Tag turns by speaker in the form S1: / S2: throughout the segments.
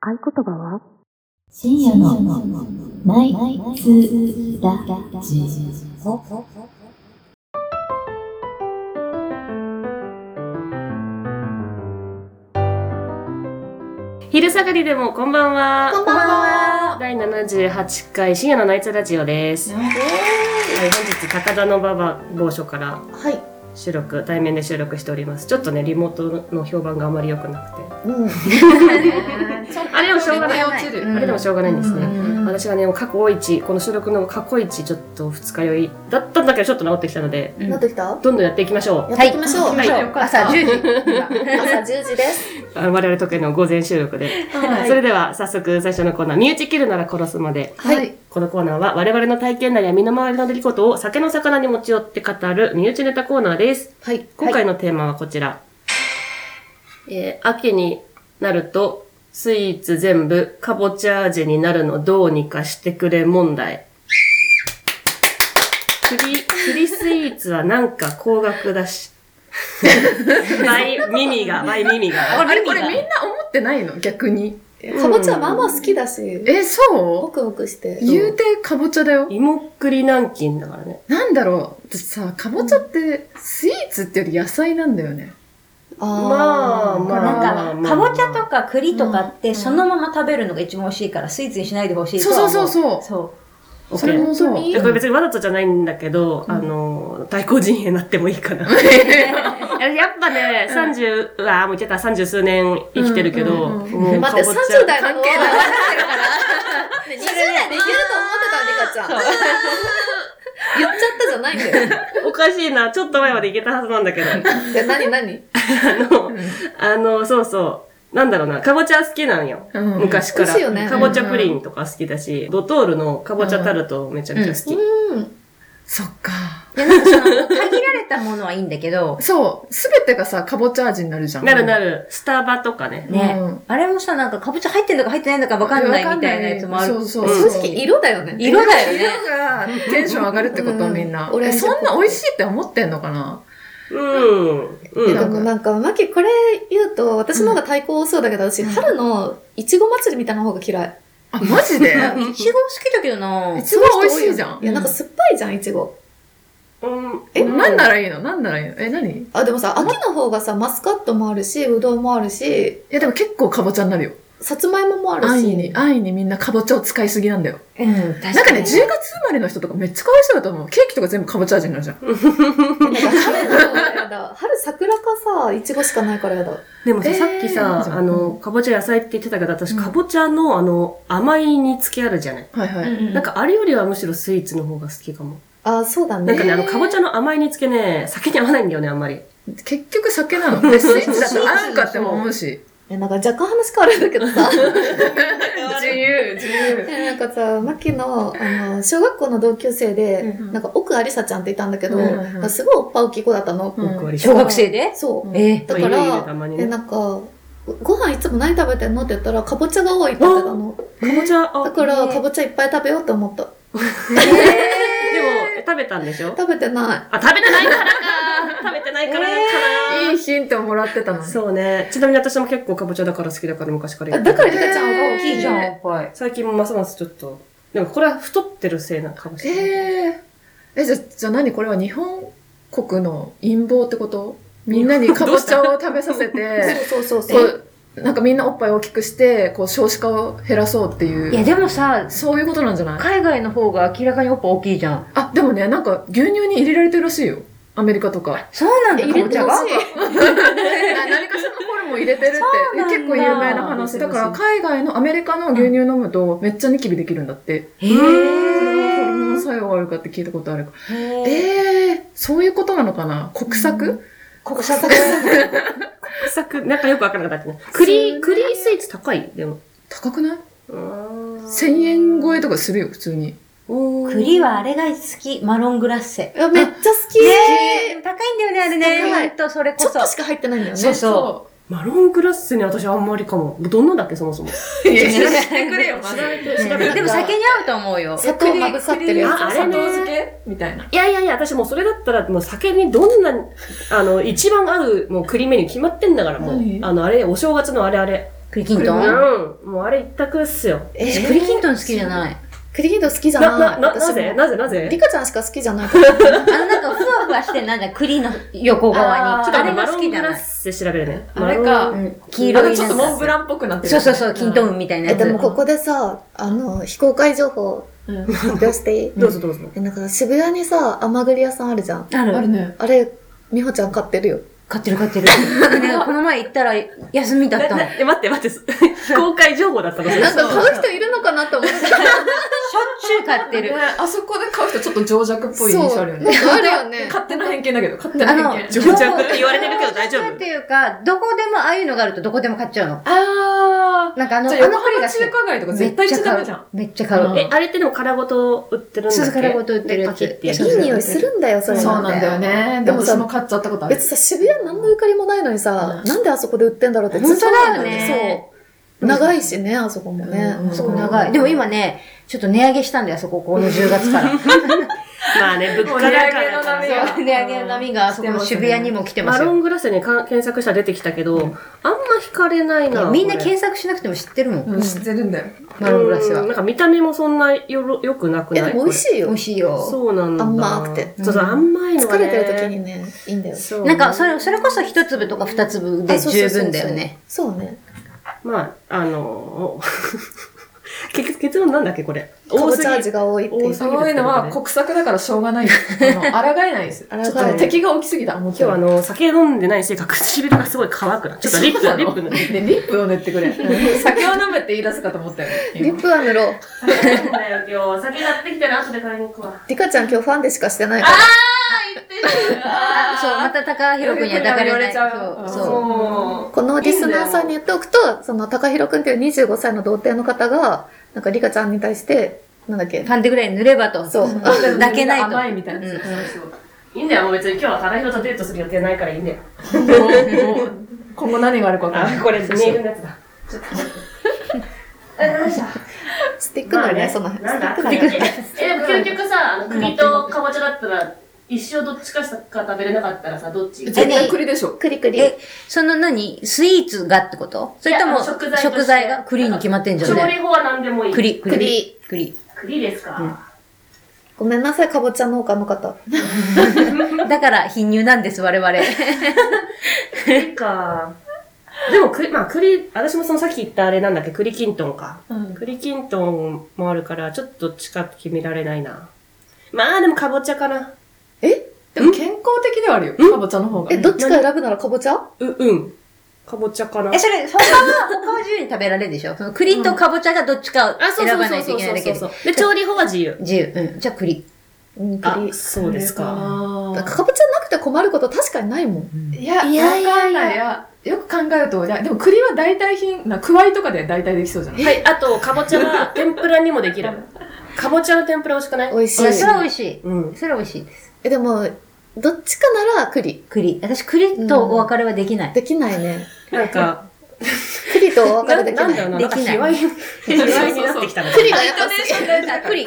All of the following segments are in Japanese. S1: 合言葉は
S2: 深夜のナイツラジオ。
S3: 昼下がりでもこんばんは。
S4: こんばんは。
S3: 第78回深夜のナイツラジオです。はい、本日高田の馬場某所から
S4: はい。
S3: 収録対面で収録しております。ちょっとねリモートの評判があまり良くなくて、
S4: うん。
S3: あれでもしょうがない。
S4: 落ちる。
S3: あれでもしょうがないんですね。
S4: うん
S3: 私がね過去一この収録の過去一ちょっと二日酔いだったんだけどちょっと治ってきたので
S4: なってきた？
S3: どんどんやっていきましょう。
S4: やっていきまし ょう。
S3: はい
S4: はい朝10時。朝10時です。
S3: あ我々時計の午前収録で。
S4: は
S3: それでは早速最初のコーナー「身内切るなら殺すまで」
S4: はい。
S3: このコーナーは我々の体験談や身の回りの出来事を酒の魚に持ち寄って語る身内ネタコーナーです。
S4: はい。
S3: 今回のテーマはこちら。えー秋になるとスイーツ全部かぼちゃ味になるのどうにかしてくれ問題。栗、栗スイーツはなんか高額だ し。バイ耳が、バイ耳が。
S5: あれこれみんな思ってないの逆に。
S4: かぼちゃまあまあ好きだし、
S5: え、
S4: ホ
S5: そ
S4: クホクして
S5: う。言うてかぼちゃだよ。
S3: 芋栗南京だからね。
S5: なんだろう。私さ、かぼちゃってスイーツってより野菜なんだよね。
S3: まあま
S6: な
S3: あ
S6: んか、かぼちゃとか栗とかっ
S5: う
S6: て、
S5: ん
S6: そのまま食べるのが一番美味しいから、スイーツにしないでほしいと
S5: そう
S6: は
S5: そ
S6: 思
S5: うそうそう。
S6: そ
S3: オッ
S5: そ
S3: ケ
S5: れ
S3: ー
S5: もそう。
S4: 本当に
S3: いやこれ別にわざとじゃないんだけど、あの、対抗陣営になってもいいかな。 いややっぱね、30、うわあもういけた、30数年生きてるけど、
S5: うんうんうん
S3: もうか
S4: 待
S3: ぼち
S4: って
S3: ゃ、
S4: 30代の
S5: 関係ない
S4: わってるから。ね20代でいけると思ってたリカちゃん。 言っちゃったじゃないんだよ。
S3: おかしいな、ちょっと前までいけたはずなんだけど、
S4: で何何？
S3: あの、そうそう、なんだろうな、かぼちゃ好きなんよ。
S5: うん
S3: 昔か
S4: 美
S3: ら、
S4: 味しいよね
S3: かぼちゃプリンとか好きだし、ドトールのかぼちゃタルトめちゃめちゃ好き。
S4: うん。
S5: そっか。
S6: う。いや、なんかその、限られたものはいいんだけど、
S5: そう。すべてがさ、かぼちゃ味になるじゃん。
S3: なるな
S5: る。
S3: る、スタバとかね。
S6: ね
S5: うん、
S6: あれもさ、なんか、かぼちゃ入ってんのか入ってないのかわかんないみたいなやつもある。
S5: そうそうう。
S3: ん
S4: 正直色だよね。
S6: 色だよね。
S5: 色がテンション上がるってこと
S4: うん
S5: みんな。
S4: オレン
S5: え、
S4: ジっぽく
S5: そんな美味しいって思ってんのかな
S3: うん。う
S4: え
S3: ん
S4: で。もなんか、マキこれ言うと、私の方が対抗多そうだけど、私、
S5: うん
S4: 春のいちご祭りみたいな方が嫌い。
S5: あ、マ ジで
S6: いちご好きだけどな
S5: 一番美味しいじゃ
S4: い
S5: ん。
S4: や、なんか酸っぱいじゃん、いちご。
S3: うん
S4: え
S5: なんならいいのなんならいいのえ、何い
S4: あ、でもさ、秋の方がさ、マスカットもあるし、ぶどうもあるし、
S5: や、でも結構かぼちゃになるよ。
S4: さつまいももある
S5: 安易
S4: し
S5: に、。安易にみんなかぼちゃを使いすぎなんだよ。
S6: うん、確かに。
S5: なんかね、10月生まれの人とかめっちゃかわいそうだと思う。ケーキとか全部かぼちゃ味になるじゃん。
S4: なんか春の方がやだ。春桜かさ、いちごしかないからやだ。
S3: でもさ、
S5: えー
S3: さっきさ、あの、かぼちゃ野菜って言ってたけど、私、かぼちゃの、あの、甘い煮付けあるじゃない。
S5: はいはい。
S3: なんか、あれよりはむしろスイーツの方が好きかも。
S4: あ、そうだ
S3: なんか
S4: ね。
S3: ね、あの、かぼちゃの甘い煮付けね、酒に合わないんだよね、あんまり。
S5: 結局酒なの。で、スイーツだと合うかっても思うし。
S4: え、なんか若干話変わるんだけどさ。
S5: 自由、自由。
S4: えなんかさ、マキの、あの、小学校の同級生で、
S5: うんうん
S4: なんか奥ありさちゃんっていたんだけど、
S5: うんうんうん
S4: なんかすごいおっぱ大きい子だったの。
S5: うん
S3: 僕は
S6: 小学生で
S4: そう。
S6: え
S4: だか
S3: いるいるた
S4: ら、
S3: まに
S4: え、
S3: ね。
S4: なんか、ご飯いつも何食べてんのって言ったら、かぼちゃが多いって言ってたの。
S3: かぼちゃ、あ、
S4: だ
S3: でも、
S4: から、
S6: ね
S4: かぼちゃいっぱい食べようと思った。
S3: 食べたんでしょ
S4: 食べてな
S3: あ、食べてないからか。食べてないからか
S5: いいヒントもらってたの
S3: な。
S5: に。
S3: そうね。ちなみに私も結構かぼちゃだから好きだから昔から
S4: い。あ
S3: 言
S4: だから、
S3: る
S4: リカちゃんは大
S6: い
S4: き
S6: い
S4: い
S6: じ
S4: じ
S6: ゃ
S4: ゃ
S6: ん、
S4: ん。
S6: やっぱり。
S3: 最近もますますちょっと。でもこれは太ってるせいなのかもしれない。
S5: えー、え、じゃ、じゃあ何これは日本国の陰謀ってことみんなにかぼちゃを食べさせて、
S4: そうそうそう
S5: こ
S4: そう。
S5: う、なんかみんなおっぱい大きくして、こう少子化を減らそうって
S6: いや、
S5: いう。
S6: でもさ、
S5: そういうことなんじゃない
S6: 海外の方が明らかにおっぱ大きいじゃん。
S5: あ、でもね、なんか牛乳に入れられてるらしいよ。アメリカとか。
S6: そうなんだ、かぼちゃが。
S4: 入れてほしい
S5: 何かしらのホルモン入れてるって
S6: うなんだ
S5: 結構有名な話。だから海外のアメリカの牛乳飲むとめっちゃニキビできるんだって。
S6: へ
S5: それはホルモン
S6: ー
S5: 作用があるかって聞いたことあるか。
S6: へー。
S5: ええー、そういうことなのかな国策
S6: 国策。
S3: 臭く、なんかよくわからなかったね。栗、栗スイーツ高いでも。
S5: 高くない
S3: 1000
S5: 1000円超えとかするよ、普通に。
S6: 栗はあれが好き、マロングラッセ。
S4: いやめっちゃ好き、
S6: ねえ高いんだよね、あれ
S4: 高い
S6: ね。ほんと、それ
S4: ち
S6: こ
S4: ょっ
S6: そ
S4: と。しか入ってないんだよね。
S6: そうそう。
S3: マロングラッセに私あんまりかも。どんなだっけそもそも。
S5: う。いや、
S6: ね
S5: 知らせてくれよ、まず。
S6: でも酒に合うと思うよ。
S4: 砂糖まぶさってるや
S3: ああれね
S5: けみたいな。
S3: いやいやいや、私もうそれだったら、もう酒にどんな、あの、一番合う、もう栗メニュー決まってんだから、もう。
S5: 何
S3: あの、あれ、お正月のあれあれ。
S6: 栗きん
S3: う
S6: とん
S3: ん。もうあれ一択っすよ。
S4: え
S6: 私栗きんとん好きじゃない。
S4: 栗きんとん好きじゃない
S3: な、な、な、
S4: 私
S3: な
S4: も
S3: ぜなぜなぜ
S4: リカちゃんしか好きじゃないから。
S6: あのなんかふわふわしてるなんだ栗の横側に。
S3: ちょっ
S6: ちょっとあ
S3: とあ
S6: れ
S3: の
S6: が
S3: マ
S6: 好
S3: ロ
S6: き
S3: ン
S6: じ
S3: グ
S6: ゃな
S3: ラ
S6: い。
S3: ッセ調べるね。
S5: あれか
S3: マロン
S6: うん黄
S5: あ
S6: 色
S5: の
S6: い
S5: ちょっと
S6: なん
S5: モン
S6: か。
S5: ブランっぽくなってる。
S6: そうそうそう、きんとんみたいな
S4: え、
S6: やつ。
S4: でもここでさ、あの、非公開情報
S5: うん。
S4: 発表していい
S3: どうぞどうぞ。
S4: え、なんか渋谷にさ、甘栗屋さんあるじゃん。
S6: あ
S5: ある
S6: る。
S5: ね。
S4: あれ、美穂ちゃん買ってるよ。
S6: 買ってる買ってる。でねこの前行ったら休みだったの。 しょっ
S3: え、待って待って、非公開情報だったのそれ
S4: なんか買う人いるのかなと思って。
S6: ちゅう買って
S5: ね
S6: る。
S5: あそこで買う人ちょっと情弱っぽい印 象あるよ
S4: そう
S5: ね。
S4: なんかあるよね。
S5: 勝手な偏見だけど、勝手
S6: あ
S5: な
S6: の、
S5: 偏見。
S3: 情弱って言われてるけど大丈夫
S6: 情弱っていうか、どこでもああいうのがあるとどこでも買っちゃうの。
S5: あ
S6: なんかあ
S5: ー。
S6: の、
S5: じ
S6: あ
S5: ゃあ
S6: の
S5: 横
S6: 栗
S5: 浜
S6: が好き
S5: 中華街とか絶対行っちゃダメじゃん。
S6: めっちゃ買う。
S5: うん
S3: え、あれってでも殻ごと売ってるんだっけ
S6: そうそう殻ごと売ってるやつ
S3: でパキッてや
S6: そう
S4: い
S6: そう
S4: い匂いするんだよ、それ。
S5: そう
S6: そう
S5: なんだよね。でも私も買っちゃったことある
S4: 別。にさ、渋谷何のゆかりもないのにさ、
S5: うん
S4: なんであそこで売ってんだろうって
S6: 本当だよね
S4: ずっと思うんだよそう。長いしね、あそこもね
S5: うん。
S6: あそこ長い。でも今ね、ちょっと値上げしたんだよ、あそこ、この10月から。
S3: まあね、物価高だから
S5: も
S6: 値
S5: う値上げの波が
S3: ね。
S6: 上げの波があそこの渋谷にも来てま
S3: マ
S6: す
S3: ロ
S6: よ。
S3: ングラッセにか検索したら出てきたけど、あんま惹かれないな。
S6: みんな
S3: これ
S6: 検索しなくても知ってるもん、
S5: うん、知ってるんだよ。
S6: マロングラッセ
S3: うん
S6: は。
S3: なんか見た目もそんなよろ良くなく
S4: え、
S3: ない
S4: でも美味
S3: い。
S4: しい
S6: 美
S4: よ
S6: 味。しい
S3: これ
S6: よ。
S3: そうなんだ。
S4: 甘くて
S3: そうそう、甘いの
S4: 疲
S3: がね。
S4: れてる時にね、いいんだよ。
S3: そう
S6: な
S3: ね
S6: んか、それ、それこそ一粒とか二粒で
S4: あそうそうそ
S6: 十
S4: うそう
S6: 分だよね。。
S4: そうね。
S3: まあ、あのー 結局結論なんだっけ、これ。
S4: かぼ
S3: 多す
S4: ちゃ味
S3: ぎ。
S4: が多いってい
S3: 多
S4: う
S3: す。
S5: そういうのは国策だからしょうがない。あの抗えないです。ち
S4: 抗
S5: ょ
S4: えな
S5: っ
S4: い
S5: と敵が大きすぎた。もう
S3: 今日あの、酒飲んでないせいか、唇がすごい乾 くな。ちょっとリップ、リップ塗って。
S5: ね、リップを塗ってくれ。酒を飲むって言い出すかと思ったよね。
S4: リップは塗ろう。
S3: 今日、酒買ってきたら後で買いに行くわ。
S4: リカちゃん今日ファンでしかしてないから。
S6: そう、また高弘君には抱かれない。
S5: 言われちゃう
S6: そうそう。
S3: そ
S4: このリスナーさんに言っておくと、その、高弘くんっていう25歳の童貞の方が、なんかリカちゃんに対して、なんだっけ
S6: フ、ァンデぐらい塗ればと。
S4: そう
S6: 泣けないと。
S5: 甘いみたいな。
S6: うん
S3: う。いいんだよ、もう別に今日は高広とデートする予定ないからいいんだよ。
S5: もうもう今後何があるか分からない。
S3: あ、これ、メールのやつだ。
S4: スティックのね、その、ステ
S3: なん
S4: ィッ
S3: だ
S4: クのね。
S3: え、でも究極さ、あの栗とかぼちゃだったら、一生どっちかしか食べれなかったらさ、どっち
S5: 絶対栗でしょ。
S4: クリクリ。
S6: え、その何スイーツがってことそれと
S3: いやあ
S6: も
S3: の食材として
S6: 食材が栗に決まってんじゃ
S3: 調
S6: んね。
S3: 理法は何でもいい。。
S6: 栗、
S4: 栗。
S6: 栗。
S3: 栗ですか。
S4: ごめんなさい、かぼちゃ農家の方。
S6: だから貧乳なんです、我々。
S3: 栗か。でも栗、まあ栗、私もそのさっき言ったあれなんだっけ、栗きんとんか。
S5: うん
S3: 栗きんとんもあるから、ちょっとどっちか決められないな。まあでもかぼちゃかな。
S4: え
S5: でも健康的ではあるよ。かぼちゃの方が。
S4: え、どっちか選ぶならかぼちゃ
S3: う、うん。かぼちゃかな
S6: え、。それ、他は、他は自由に食べられるでしょその栗とかぼちゃがどっちかを
S3: あ、そう
S6: 選
S3: そう
S6: ば
S3: そ
S6: な
S3: う
S6: いと
S3: そ
S6: いうけないだ
S3: そ
S6: け
S3: うそ
S6: で
S3: う。。で、調理法は自由。
S6: 自由。うん。じゃあ栗。
S4: うん、
S3: あ
S4: 栗。、
S3: そうですか。
S5: あ
S4: だから
S5: ー
S4: かぼちゃなくて困ること確かにないもん。
S5: いや、
S4: いやいやいや
S5: わかんないや。よく考えると、いやでも栗は代替品、な、くわいとかで代替できそうじゃない
S3: はい、あと、かぼちゃは天ぷらにもできる。かぼちゃの天ぷら美味しくない
S4: 美味しい
S6: そ。れは美味しい。
S3: うん。
S6: それは美味しいです。
S4: え、でも、どっちかなら栗。
S6: 栗。私、栗とお別れはできない。
S4: できないね。
S3: なんか、
S4: 栗とお別
S3: な
S4: れでき
S3: な
S4: なんい
S3: だ。ろうな、
S6: で
S3: な
S6: き
S3: ん
S6: な
S3: か
S6: い
S3: 卑 猥、卑猥になってきたな。
S4: 栗がやっぱ好き。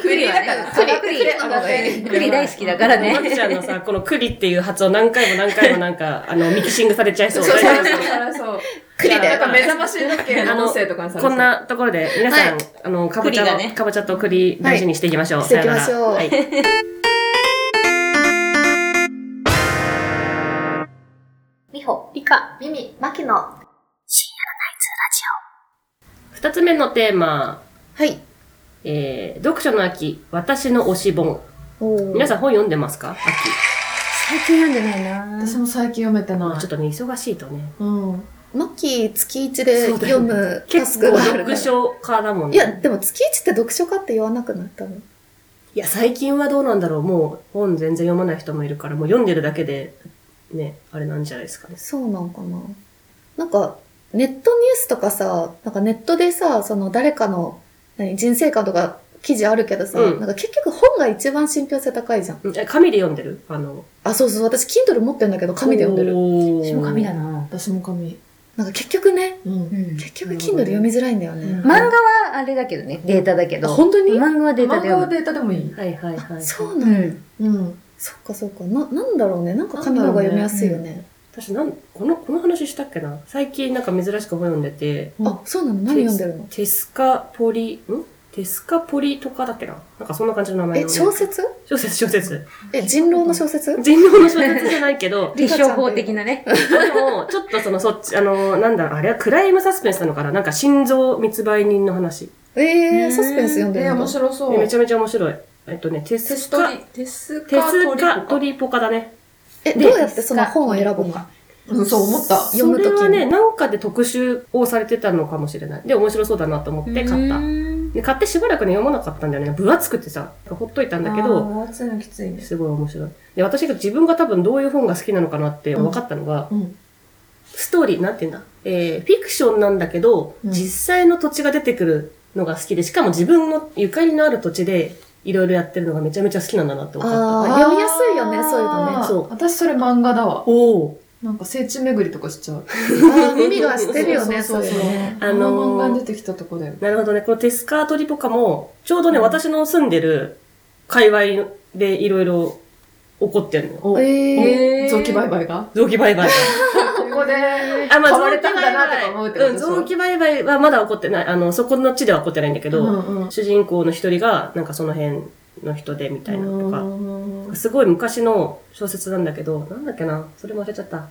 S6: 栗、栗はね。
S4: 栗
S6: あ栗、
S4: 栗の方がいい
S6: 栗大好きだからね
S3: も。もちゃんのさ、この栗っていう発音何回も何回もなん か、あの、ミキシングされちゃいそう。
S5: そうそう
S3: 大丈夫
S5: そうそう。
S4: 栗だ
S5: なん
S4: よ
S5: か。目覚まし時計の音声とかにされて
S3: こんなところで、皆さん、
S4: は
S3: あの、かぼちゃ
S6: 栗が
S3: を、
S6: ね
S3: かぼちゃと栗大事にしていきましょう。
S4: していきましょう
S3: さよならはい
S6: みほ。
S4: リカ、ミミ、マキノ。は
S3: 二つ目のテーマ、
S4: い。
S3: えー、読書の秋、私の推し本。
S4: おー
S3: 皆さん本読んでますか秋。
S6: 最近読んでないな
S5: 私も最近読めてな
S3: ちょっ
S5: い。
S3: とね、忙しいとね。
S5: うん。
S4: マッキー月一で読むタ
S3: 結
S4: スク
S3: 構
S4: がある
S3: 読
S4: から。
S3: 書家だもん
S4: い
S3: ね。
S4: や、でも月一って読書家って言わなくなったの。
S3: いや、最近はどうなんだろう。もう本全然読まない人もいるから、もう読んでるだけで、ね、あれなんじゃないですかね。
S4: そうなんかな。なんか、ネットニュースとかさ、なんかネットでさ、その誰かの何人生観とか記事あるけどさ、
S3: うん
S4: なんか結局本が一番信憑性高いじゃん。
S3: うんえ紙で読んでるあの、
S4: あ、そうそう、私 Kindle 持ってんだけど紙で読んでる。
S3: る
S6: 私も紙だな
S5: 私も紙。
S4: なんか結局ね、
S5: うん。
S6: うん
S4: 結局 Kindle 読みづらいんだよね。
S6: 漫画はあれだけどね、データだけ
S4: あ
S6: ど。
S4: 本当に、
S6: 漫画はデータ
S5: 漫
S6: で
S5: 画は
S6: 読む。
S5: データでもいい。
S3: はいはいはい。。
S4: そううな
S6: うん
S4: だ。
S6: ん。
S5: うん。
S4: そっかそっか。な、なんだろうね。なんか紙の方が読みやすいよね。
S3: 私なん、この、この話したっけな最近なんか珍しく本読んでて、
S4: あ、そうなの何読んでるの
S3: テスカポリ、んテスカポリとかだっけななんかそんな感じの名前
S4: え、
S3: の
S4: 小説
S3: 小説、小説。
S4: え、人狼の小説
S3: 人狼の小説じゃないけど、
S6: 立証法的なね。
S3: でも、ちょっとその、そっち、あの、なんだろう、あれはクライムサスペンスなのかななんか心臓密売人の話。
S4: えー、サスペンス読んで
S5: ね
S4: るの
S5: 面白そう。
S3: めちゃめちゃ面白い。えっとね、テ
S5: テ
S3: ス
S5: スト
S3: カ、
S5: リ、テス
S3: テ
S5: カ
S3: スカ
S5: ト
S3: ト
S5: リ
S3: リポカだね。
S4: え、どうやってその本を選ぶの
S5: ポカ。うんそう思った。
S4: 読むとき
S3: そ
S4: に
S3: れはね、なんかで特集をされてたのかもしれない。で、面白そうだなと思って買った。で、買ってしばらくね、読まなかったんだよね。分厚くてさ、ほっといたんだけど、
S6: あー、熱いのきついね。
S3: すごい面白い。で、私が自分が多分どういう本が好きなのかなって分かったのが、
S5: うん
S3: ストーリー、なんて言うんだ、えー、フィクションなんだけど、
S5: うん
S3: 実際の土地が出てくるのが好きで、しかも自分のゆかりのある土地で、いろいろやってるのがめちゃめちゃ好きなんだなって分かっ
S4: あー読みやすいよねそういうの
S3: ねそう
S5: 私それ漫画だわ
S3: た。。おお。
S5: なんか聖地巡りとかしちゃう。
S4: あー耳がしてるよね、
S5: そ
S4: そうう
S5: そうそう
S4: いうのね。
S5: あ
S3: あのー
S5: の漫画に出てきたとこだよ。
S3: なるほどね。このテスカートリポカも、ちょうどね、私の住んでる界隈でいろいろ起こってるのよ。
S5: お
S4: えー、
S5: 臓器売買が
S3: 臓器売買が。
S5: こ こで、
S3: あ、まあ、
S5: 買われたんだなとか思うってこと
S3: うん、
S5: でしょ
S3: 臓器売買はまだ起こってない。あの、そこの地では起こってないんだけど、
S5: うんうん
S3: 主人公の一人が、なんかその辺の人でみたいなのとか、
S5: うん
S3: すごい昔の小説なんだけど、なんだっけな、それも忘れちゃった。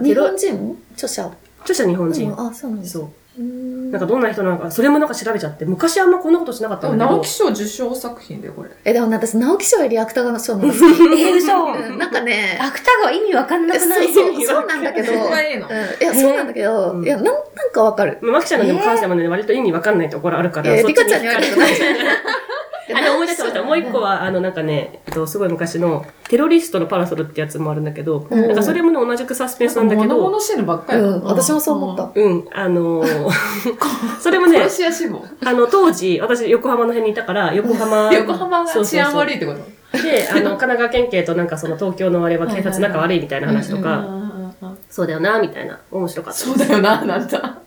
S4: 日
S3: テロ
S4: 本、人著者。
S3: 著者日本人。
S4: うんあ、そうなんだ。
S3: そうう。
S4: ん
S3: なんかどんな人なのか、それもなんか調べちゃって、昔あんまこんなことしなかっ
S5: で
S3: た
S5: も
S3: んだけ
S5: 直
S3: ど
S5: 木、賞受賞作品だよ、これ。
S4: え、でもね私、直木賞より芥川賞の方が好き。
S6: えー、嘘。
S4: うんなんかね、
S6: 芥川意味わかんなくな
S4: そ
S6: いう
S4: そう、そうなんだけど、
S5: そ
S4: うん
S5: こがいいの。
S4: いや、そうなんだけど、
S3: うん
S4: いや、なんなんかわかる。
S3: まあマキちゃんのでも関西もね、割と意味わかんないところあるか
S4: い
S3: ら、
S4: や、
S3: そっ
S4: リ
S3: ちに
S4: カちゃんに言われたくないじゃん。
S3: あれ思い出しました。もう一個は、あの、なんかね、えっと、すごい昔の、テロリストのパラソルってやつもあるんだけど、
S4: うん
S3: なんかそれもね、同じくサスペンスなんだけ
S5: 物
S3: ど、
S5: 々しいのばっかり。
S4: うん、私もそう思った。
S3: うん、あ のーそれも
S5: うん。
S3: ね
S5: 殺、し屋志望。
S3: あの、当時、私、横浜の辺にいたから、横 浜。
S5: 横浜
S3: そ
S5: が
S3: うそうそう
S5: 治安悪いってこと
S3: で、あの、神奈川県警となんかその東京のあれは警察仲悪いみたいな話と
S5: うん
S3: か、
S5: うんうんうん
S3: そうだよな、みたいな、面白かった。
S5: そうだよな、なんだ。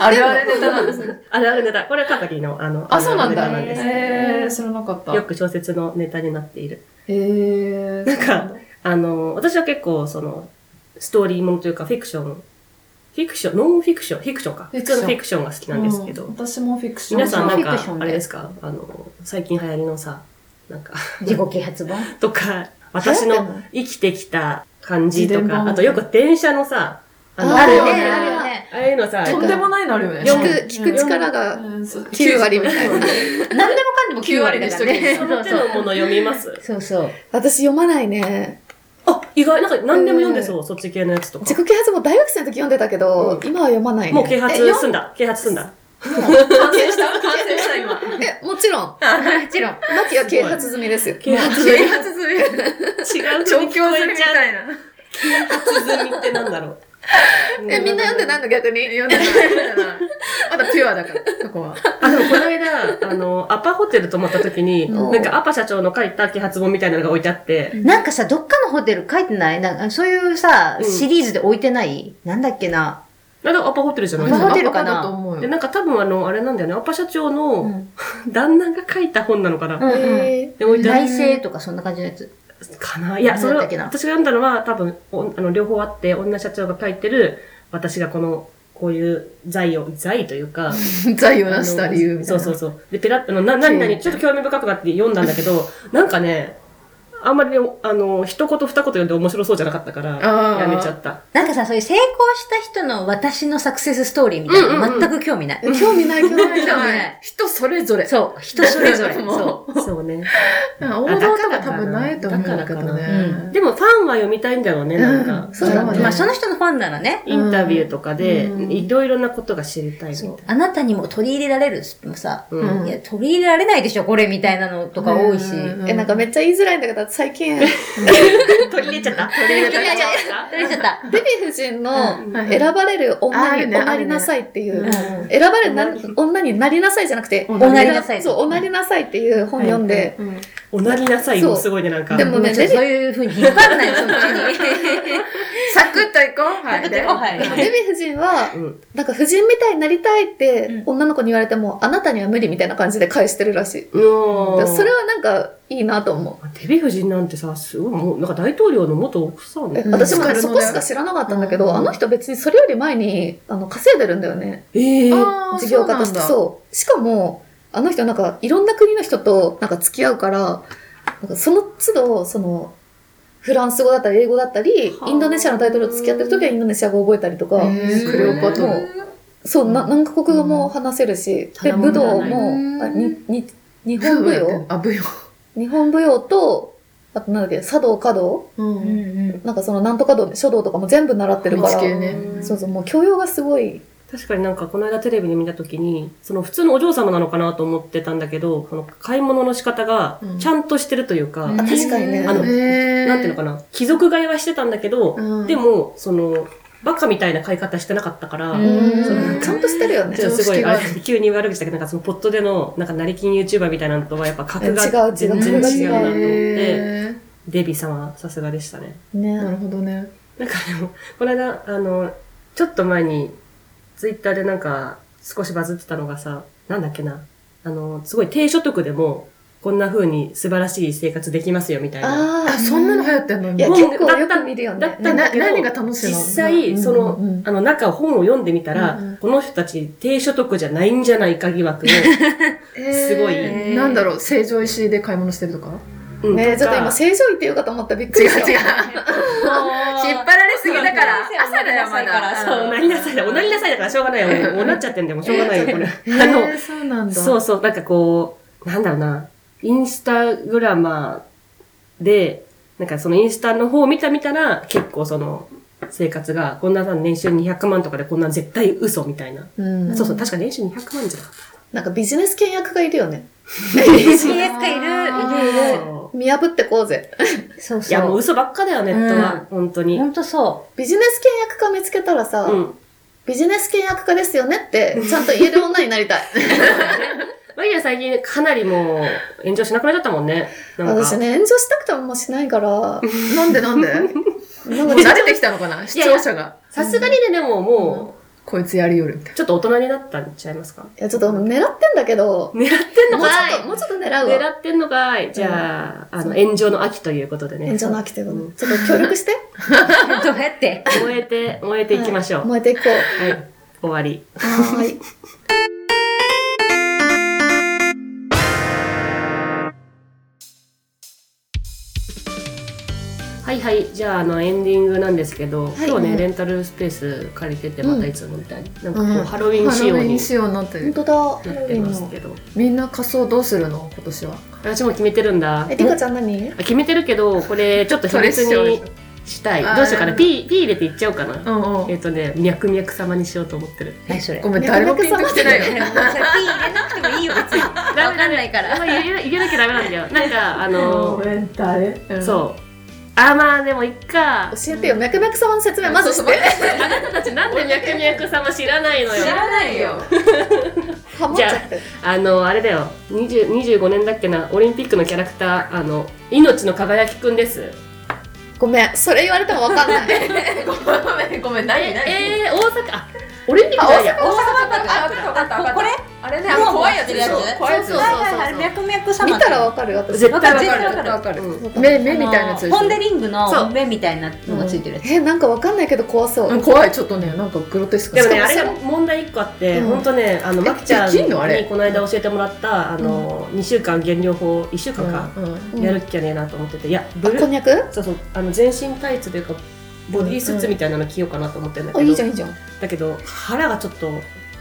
S5: あれあれネタなんですね。
S3: あれあれネタ。これはカタキの、あの、
S5: あ、そうなんだ。
S3: あれです
S5: えー、知らなかった。
S3: よく小説のネタになっている。
S5: えー、
S3: なん
S5: そ
S3: か
S5: うだ、
S3: あの、私は結構、その、ストーリーものというか、フィクション、フィクション、ノンフィクション、フィクションか。
S5: フ
S3: 普
S5: ィクション
S3: 通のフィクションが好きなんですけど。
S5: う私もフィクション。
S3: 皆さんな
S6: ノ
S3: ん
S6: ンフィクショ
S3: か
S6: ン、で
S3: あれですかあの、最近流行りのさ、なんか、
S6: 自己啓発本
S3: とか、私
S4: 流行ってん
S3: の生きてきた感じと
S5: 自伝
S3: か、
S5: 本
S3: あとよく電車のさ、の
S4: あ
S6: あ
S4: る
S6: る
S4: よ
S6: よ
S4: ね
S6: ね、
S4: あ
S6: あ
S4: る
S6: る
S4: よ
S6: よ
S4: ね
S6: ね。
S3: ああいうのさ、
S5: とんでもないのあるよね。
S4: 聞
S3: 読
S4: く、聞く力
S5: う
S4: が
S5: んそう
S4: 9割みたい な。
S6: 何でもかんでも9割だからね。
S3: その手のもの読みます。
S6: そうそう。
S4: 私読まないね。
S3: あ、意外、なんか何でも読んでそう、そっち系のやつとか
S4: 自。己啓発も大学生の時読んでたけど、今は読まないね。
S3: もう啓発済んだ、啓発済んだ。
S5: 完成した完成した、今。
S4: え、もちろん。も
S6: もちろん。
S4: ちは啓発済みですよ。
S3: 啓発済
S5: 啓発済み。
S3: み。 違う。
S5: 調教済みみたいな。
S3: 啓発済みってなんだろう。
S4: え、みんな読んでないの逆に。
S5: 読んでない、読んでない。まだピュアだから、そこは。
S3: あ、でもこの間、あの、アパホテル泊まった時に、
S4: うん
S3: なんかアパ社長の書いた啓発本みたいなのが置いてあって、
S6: なんかさ、どっかのホテル書いてないなんかそういうさ、
S3: うん
S6: シリーズで置いてないなんだっけな。
S3: なんかアパホテルじゃない
S6: アパホテルか
S5: バカ
S6: な
S5: だと思う
S3: で、
S5: よ。
S3: なんか多分あの、あれなんだよね、アパ社長
S6: う
S3: の
S6: ん。
S3: 旦那が書いた本なのかな。
S6: うんうん。
S4: え
S3: で、置いてある
S6: 内政とかそんな感じのやつ。
S3: かないや、それ
S6: なんだ
S3: は
S6: っけな
S3: 私が読んだのは多分、おあの、両方あって、女社長が書いてる、私がこの、こういう財を、財というか、
S5: ー、財をなした理由みたいな。
S3: そうそうそう。で、ペラッと、あのな、何々、ちょっと興味深くなって読んだんだけど、なんかね、あんまりね、あの、一言二言読んで面白そうじゃなかったから、
S5: あー
S3: やめちゃった。
S6: なんかさ、そういう成功した人の私のサクセスストーリーみたいな、全く興味ない。
S4: ー興味ない、興味ない。
S5: じゃない人それぞれ。
S6: そう、人それぞれ。そ
S3: そうね。
S5: 王道とか多分ないと思うんだけ
S3: だ
S5: ど
S3: から
S5: ね
S3: か。
S6: な
S3: でもファンは読みたいんだろうね、なんか。
S5: うん
S4: そうだね
S6: う。まあ、その人のファンならね、
S3: インタビューとかで
S5: う、ん
S3: いろいろなことが知りたいみたい
S6: そう
S3: な。、
S6: あなたにも取り入れられるっつってもさ、
S3: うん
S6: いや、取り入れられないでしょ、これみたいなのとか多いし。
S5: うん
S4: え、なんかめっちゃ言いづらいんだけど、最近、デ
S3: 取り入れちゃった取り入れ
S4: ちゃった
S6: 取り入れちゃった。
S4: ヴィ夫人の
S5: はいはい
S4: 選ばれる
S5: あ
S4: 女
S5: る
S4: に
S5: ね
S4: おなりなさいっていう、
S6: うん
S4: 選ばれるな女になりなさいじゃなくて、
S5: お
S6: なりなさい
S4: そう、おなりなさいっていう本読んで、
S5: うん
S3: おなりなさいもすごいね、なんか。
S4: でもね
S6: ちょっとそういうふうに引っ張らないの、そっちに。
S5: サクッといこう。はい。で
S4: デヴィ夫人は、
S3: うん
S4: なんか夫人みたいになりたいって、
S6: うん
S4: 女の子に言われても、あなたには無理みたいな感じで返してるらしい。
S3: うん。
S4: それはなんかいいなと思う。
S3: デヴィ夫人なんてさ、すごい、もう、なんか大統領の元奥さんね。
S4: え
S5: ん
S4: 私もね
S5: うん
S4: そこしか知らなかったんだけど、
S3: うん
S4: あの人別にそれより前にあの稼いでるんだよね。
S3: ええ
S5: あー
S4: 事業家として。
S5: そう
S4: そう。しかも、あの人なんかいろんな国の人となんか付き合うから、なんかその都度、その、フランス語だったり英語だったり
S3: は、あ
S4: インドネシアのタイトルと付き合ってる時はインドネシア語を覚えたんだとか、
S5: なんだへーク
S3: クレ
S5: レ
S3: オ
S5: オ
S3: パ
S5: パ
S3: ト
S5: ト
S3: ラ
S5: ラ。
S4: そう、な何カ国語も話せるし、
S3: た
S4: で、
S3: だも
S4: 武
S3: んじゃ
S4: 道
S3: ない
S4: も、あにに日
S5: ど
S4: 本
S5: う
S4: 舞
S5: やって
S4: 踊
S5: あ、舞踊。
S4: 日本舞踊と、あとなんだっけ、茶道、華道
S5: うん。
S4: なんかそのなんとか道、書道とかも全部習ってるか
S5: 道系
S4: ら、
S5: ね
S4: そうそう、もう教養がすごい。
S3: 確かになんかこの間テレビで見たときに、その普通のお嬢様なのかなと思ってたんだけど、その買い物の仕方が
S5: うん
S3: ちゃんとしてるというか、
S6: うん
S4: あ確かにね。
S3: あの
S5: へー
S3: なんていうのかな、貴族買いはしてたんだけど、
S5: うん
S3: でも、その、バカみたいな買い方してなかったから、
S6: うん
S3: そうなん
S4: うん
S3: か
S4: ちゃんとしてるよね。
S3: ちょっと
S5: 常
S3: すご
S5: 識
S3: い、
S5: が
S3: あれ急に悪口だけど、なんかそのポットでの、なんか成金 YouTuber みたいなのとはやっぱ格
S4: 違う違
S3: が
S4: う
S3: 全然違うなと思っ
S5: へ
S3: て、
S5: ー
S3: デビさんはさすがでしたね。
S5: なる
S4: ね。
S5: ほどね。
S3: なんかでも、この間、あの、ちょっと前に、ツイッターでなんか、少しバズってたのがさ、なんだっけな。あの、すごい低所得でも、こんな風に素晴らしい生活できますよ、みたいな。
S4: あ
S5: あ、
S4: あ、
S5: そんなの流行ってんの
S4: いや、
S5: 今
S3: もう
S4: 結構
S3: だった
S4: よく見るよ
S3: だっ
S4: ね。
S3: たんだけど、
S5: な何が楽しいの
S3: 実際、その、
S5: うんうんうん
S3: あの、中を本を読んでみたら、
S5: うんうん
S3: この人たち低所得じゃないんじゃないか疑惑を、すごい
S5: えーなんだろう、成城石井で買い物してるとか
S3: うん
S4: ね
S3: と
S4: ちょっ
S3: か
S4: と今、正常位って言うかと思ったらびっくりした。
S5: 引っ張られすぎだから
S6: そう、
S5: 朝だよ、まだ。
S3: そう、おなりなさいだ。おなりなさいだからしょうがないよ。もうおなっちゃってんでもうしょうがない よ、これ。
S5: へー
S3: あの、
S5: そうなんだ。
S3: そうそう、なんかこう、なんだろうな、インスタグラマーで、なんかそのインスタの方を見た見たら、結構その、生活が、こんな年収200万とかでこんな絶対嘘みたいな。
S5: うん。
S3: そうそう、確か年収200万じゃなかっ
S4: なんかビジネス契約がいるよね。
S6: CS がいる。いるいる。
S3: た。そ
S4: 見破ってこうぜ。
S6: そう
S3: ういや、も
S6: そう
S3: 嘘ばっかだよ、ネットは。本当
S6: う。
S3: に
S6: ほ。んとそ
S4: ビジネス契約家見つけたらさ、
S3: うん。
S4: ビジネス契約家ですよねって、ちゃんと言える女になりたい。
S3: マリア最近かなりもう、炎上しなくなっちゃったもんね。なんか。
S4: 私ね、炎上したくてももうしないから、な
S5: なんでなんで
S4: ん
S5: も
S4: か
S5: う慣れてきたのかな視聴者が。
S3: さすがにね、でもも、
S5: こいつやりよるみたいう
S3: ちょっと大人になったんちゃいますか
S4: いや、ちょっと狙ってんだけど、
S3: 狙ってんの
S4: もう
S3: か
S4: ちょっ
S3: い
S4: と、もうちょっと狙うわ。
S3: 狙ってんのかいじゃあ、あの、炎上の秋ということでね。
S4: 炎上の秋ということで。ちょっと協力して。
S6: う。 どうやって
S3: 燃えて、燃えていきましょう。
S4: 燃えていこ う。
S3: はい。終わり。
S4: はーい。
S3: はいはい。じゃあ、あの、エンディングなんですけど、今日
S4: う
S3: ね、
S4: ん
S3: レンタルスペース借りてて、またいつもみたいに。なんかこう、
S5: うん
S3: ハロウィ
S5: な。
S3: ン仕様に
S5: 仕様になって
S4: 本
S5: る。
S4: 当だ。ハ
S3: な
S4: ロ
S3: っ
S4: ウ
S3: て
S4: ィン
S3: ます
S4: の。
S3: けど。
S5: みんな仮装どうするの今年は。
S3: 私も決めてるんだ。
S4: え、てかちゃん何
S3: あ決めてるけど、これ、ちょっと秘密
S5: それし
S3: に
S5: よ
S3: した
S5: あ
S3: い。
S5: ー
S3: どうしようかな。ピー、ピー入れていっちゃおうかな。
S5: うんう
S3: え
S5: ん。
S3: っとね、脈々様にしようと思ってる。
S6: 何それ。
S5: ごめん、誰もピンときてない
S6: ピー
S5: よ。
S6: 入れなくてもいいよ、別に。わかんないか
S3: あん
S6: ら。
S3: まり入れ入れなきゃダメなんだよ。なんか、あのー、
S5: めん、誰
S3: そう。あ、まあでもいっか。
S4: 教えてよ。脈々様の説明まずして。
S3: あなたたちなんで脈々様知らないのよ。
S6: ないよ。
S4: ハモっちゃって。
S3: あの、あれだよ。20 25年だっけな、オリンピックのキャラクター、あの、命の輝きくんです。
S4: ごめん。それ言われてもわかんない。
S5: ごめん、ごめん、何
S3: えー、大阪、あ、オリンピックじゃないや。
S5: 大阪だった
S6: これ
S5: あれね
S6: あの怖いやつでしょ
S5: 怖いやつ
S3: そうそう
S6: はいはいはい、脈々様。
S4: 見たらわかる私。
S3: 絶対わかる。
S5: わかるわかる
S3: うん
S5: 目目みたいなやつ
S6: あ
S5: で
S6: の
S5: しょ
S6: ポンデリング
S3: そう
S6: の目みたいなのがついてるやつ。
S4: え、なんかわかんないけど怖そうう。
S5: ん怖いちょっとねなんかグロテスク
S3: でもね、
S5: しか
S3: あれが問題一個あって、
S4: うん
S3: ほんとね、あの、
S5: え
S3: まきちゃん
S5: できんのあれ
S3: にこの間教えてもらった、あの、2週間減量法、1週間か、
S5: うんうん
S4: うん
S3: やるっきゃねえなと思ってて、いや、
S4: あ、
S3: ブル
S4: こんにゃく
S3: そうそう、あの、全身タイツというか、ボディースーツみたいなの着ようかなと思ってんだ
S4: あ、
S3: け
S4: い
S3: ど
S4: いじゃ、ん、いいじゃん。
S3: だけど、腹がちょっと、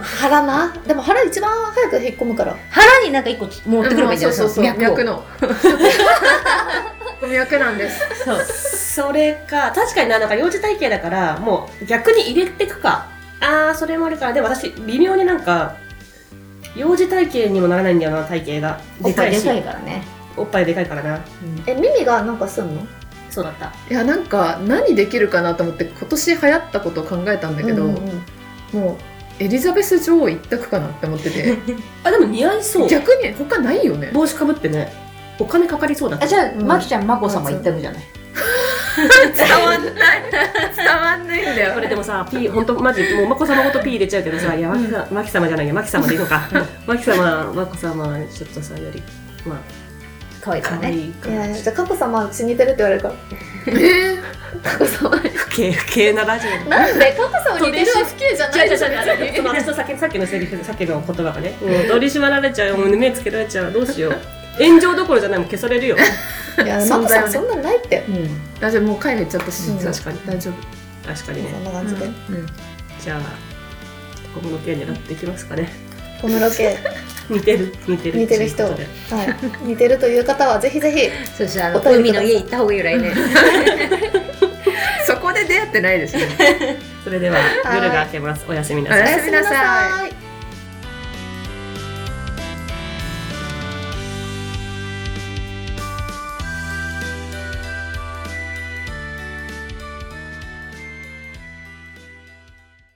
S4: 腹な。でも腹一番早く引っ込むから。
S6: 腹になんか一個持ってくればいいんじゃ
S5: そう
S6: ない
S5: そうそう脈
S6: 脈 を。
S5: の脈なんです
S3: そう。それか、確かにな、なんか幼児体型だから、もう逆に入れてくか。あー、それもあるから。でも私、微妙になんか、幼児体型にもならないんだよな、体型が。
S6: お
S3: で
S6: っぱ
S3: か
S6: い
S3: い
S6: で
S3: し。
S6: かいからね。
S3: おっぱいでかいからな。
S4: え、耳がなんかすんの
S3: そうだった。
S5: いやなんか何できるかなと思って今年流行ったことを考えたんだけど、
S4: うんうんうん
S5: もうエリザベス女王一択かなって思ってて
S3: あ、でも似合いそう。
S5: 逆に他ないよね
S3: 帽子かぶってね。お金かかりそうだった
S6: あ、じゃあ、
S5: うん
S6: まきちゃん、まこ様行ってるじゃない。
S5: 伝わんない。伝わんないんだ
S3: こ
S5: よ。
S3: れでもさ、P、本当マジ、もう、まこ様ごと P 入れちゃうけどさ、いや、まきさ、まき様じゃないや、まき様でいいの か。まき様、まこ様、ちょっとさ、より、まあ、
S6: 可愛いか
S3: 可
S6: らね。
S3: 愛いか
S4: い
S3: ら。
S4: や いや、じゃあ、佳子様、血似てるって言われるから。
S5: えー
S4: 佳子様。
S3: 不 敬、不敬なラジオ。
S4: なんで、佳子様似てるは不敬じゃない
S3: 違う違う違う
S4: でし
S3: そ
S4: ょ、別に
S3: の私のさっきさっきのセリフさっきの言葉がねもう取り締まられちゃうもう目つけられちゃうどうしよう 炎上どころじゃないもん消されるよ
S4: いや、
S5: 存
S4: 眞子
S5: 在は
S4: さん、
S5: ね
S4: そんなんないって。
S6: うん。
S5: 大丈夫、もう帰れちゃったし
S4: うん、
S3: 確かに
S5: 大丈夫。
S3: 確か
S4: そ
S3: にね
S4: んな感じで。
S5: うん。
S3: じゃあ今後の件狙っていきますかね
S4: 小室家、
S3: 似てる似てる
S4: 似てる人
S3: ということで
S4: はい。似てるという方は、ぜひぜひ。
S6: そしたら、あの
S4: お便り
S6: 海の家行った方がいいぐらいね。
S5: そこで出会ってないですね。
S3: それでは夜が明けますおやすみな
S5: お
S3: さい
S5: やすみなさい。
S4: い。